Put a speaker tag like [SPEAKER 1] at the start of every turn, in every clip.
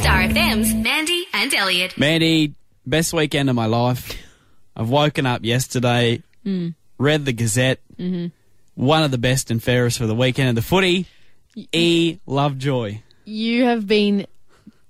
[SPEAKER 1] Star FM's Mandy and Elliot.
[SPEAKER 2] Mandy, best weekend of my life. I've woken up yesterday,
[SPEAKER 3] Hmm.
[SPEAKER 2] read the Gazette,
[SPEAKER 3] Mm-hmm.
[SPEAKER 2] one of the best and fairest for the weekend of the footy. E. Lovejoy.
[SPEAKER 3] You have been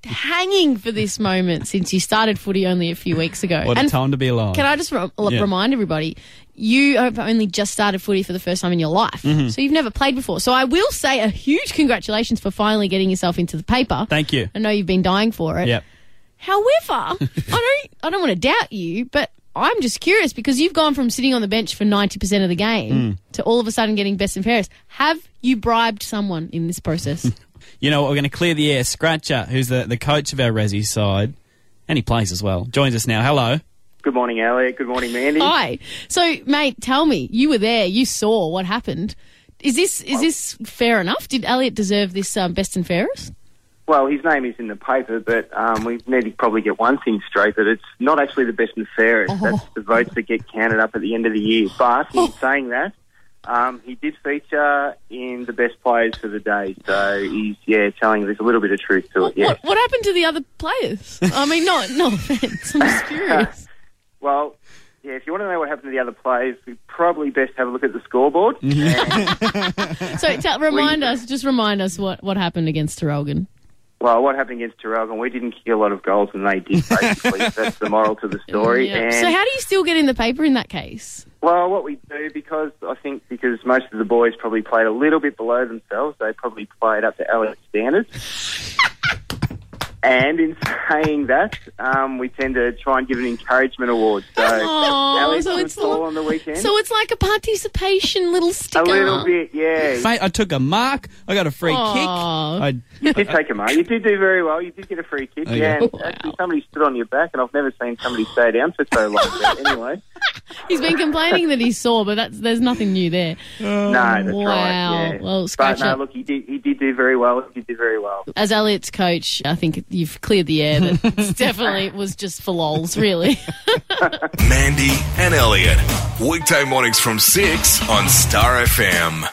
[SPEAKER 3] hanging for this moment since you started footy only a few weeks ago.
[SPEAKER 2] What a
[SPEAKER 3] And
[SPEAKER 2] time to be alive.
[SPEAKER 3] Can I just re- l-
[SPEAKER 2] Yeah.
[SPEAKER 3] remind everybody, you have only just started footy for the first time in your life.
[SPEAKER 2] Mm-hmm.
[SPEAKER 3] So you've never played before. So I will say a huge congratulations for finally getting yourself into the paper.
[SPEAKER 2] Thank you.
[SPEAKER 3] I know you've been dying for it.
[SPEAKER 2] Yep.
[SPEAKER 3] However, I don't I don't want to doubt you, but I'm just curious because you've gone from sitting on the bench for 90% of the game
[SPEAKER 2] Hmm.
[SPEAKER 3] to all of a sudden getting best and fairest. Have you bribed someone in this process?
[SPEAKER 2] You know what? We're going to clear the air. Scratcher, who's the, the coach of our Resi side, and he plays as well, joins us now. Hello.
[SPEAKER 4] Good morning, Elliot. Good morning, Mandy.
[SPEAKER 3] Hi. So, mate, tell me, you were there, you saw what happened. Is this is this fair enough? Did Elliot deserve this um, best and fairest?
[SPEAKER 4] Well, his name is in the paper, but um, we need to probably get one thing straight that it's not actually the best and
[SPEAKER 3] Oh.
[SPEAKER 4] fairest. That's the votes that get counted up at the end of the year. But in saying that, um, he did feature in the best players for the day. So he's, yeah, telling there's a little bit of truth to it,
[SPEAKER 3] What,
[SPEAKER 4] yeah.
[SPEAKER 3] what, what happened to the other players? I mean, not no offense. I'm just curious.
[SPEAKER 4] Well, yeah, if you want to know what happened to the other players, we probably best have a look at the scoreboard.
[SPEAKER 3] Mm-hmm.
[SPEAKER 4] And,
[SPEAKER 3] So, tell, remind us, just remind us what, what happened against Terrelgan.
[SPEAKER 4] well, what happened against Terrell, and we didn't kick a lot of goals, and they did, basically. That's the moral to the story.
[SPEAKER 3] Yeah.
[SPEAKER 4] And
[SPEAKER 3] So, how do you still get in the paper in that case?
[SPEAKER 4] Well, what we do because I think because most of the boys probably played a little bit below themselves, they probably played up to Elliot's standards. and in saying that, um, we tend to try and give an encouragement award. So
[SPEAKER 3] Aw,
[SPEAKER 4] Elliot
[SPEAKER 3] so
[SPEAKER 4] Uh, was
[SPEAKER 3] it's
[SPEAKER 4] tall
[SPEAKER 3] lo-
[SPEAKER 4] on the weekend.
[SPEAKER 3] So it's like a participation little
[SPEAKER 4] a
[SPEAKER 3] sticker.
[SPEAKER 4] little bit, yeah.
[SPEAKER 2] Mate, I took a mark. I got a free
[SPEAKER 3] Aw.
[SPEAKER 2] kick. I
[SPEAKER 4] You did take a mark. You did do very well. You did get a free kick.
[SPEAKER 2] Oh, yeah.
[SPEAKER 4] yeah, and
[SPEAKER 3] Wow.
[SPEAKER 4] actually somebody stood on your back, and I've never seen somebody stay down for so long. But anyway,
[SPEAKER 3] He's been complaining that he's sore, but that's, there's nothing new there.
[SPEAKER 4] no, that's
[SPEAKER 3] Wow.
[SPEAKER 4] right. Yeah.
[SPEAKER 3] Well,
[SPEAKER 4] but
[SPEAKER 3] scratch
[SPEAKER 4] no,
[SPEAKER 3] it.
[SPEAKER 4] look, he did. He did do very well. He did do very well.
[SPEAKER 3] As Elliot's coach, I think you've cleared the air that it's definitely it was just for lols, really.
[SPEAKER 5] Mandy and Elliot. Weekday mornings from 6 on Star FM.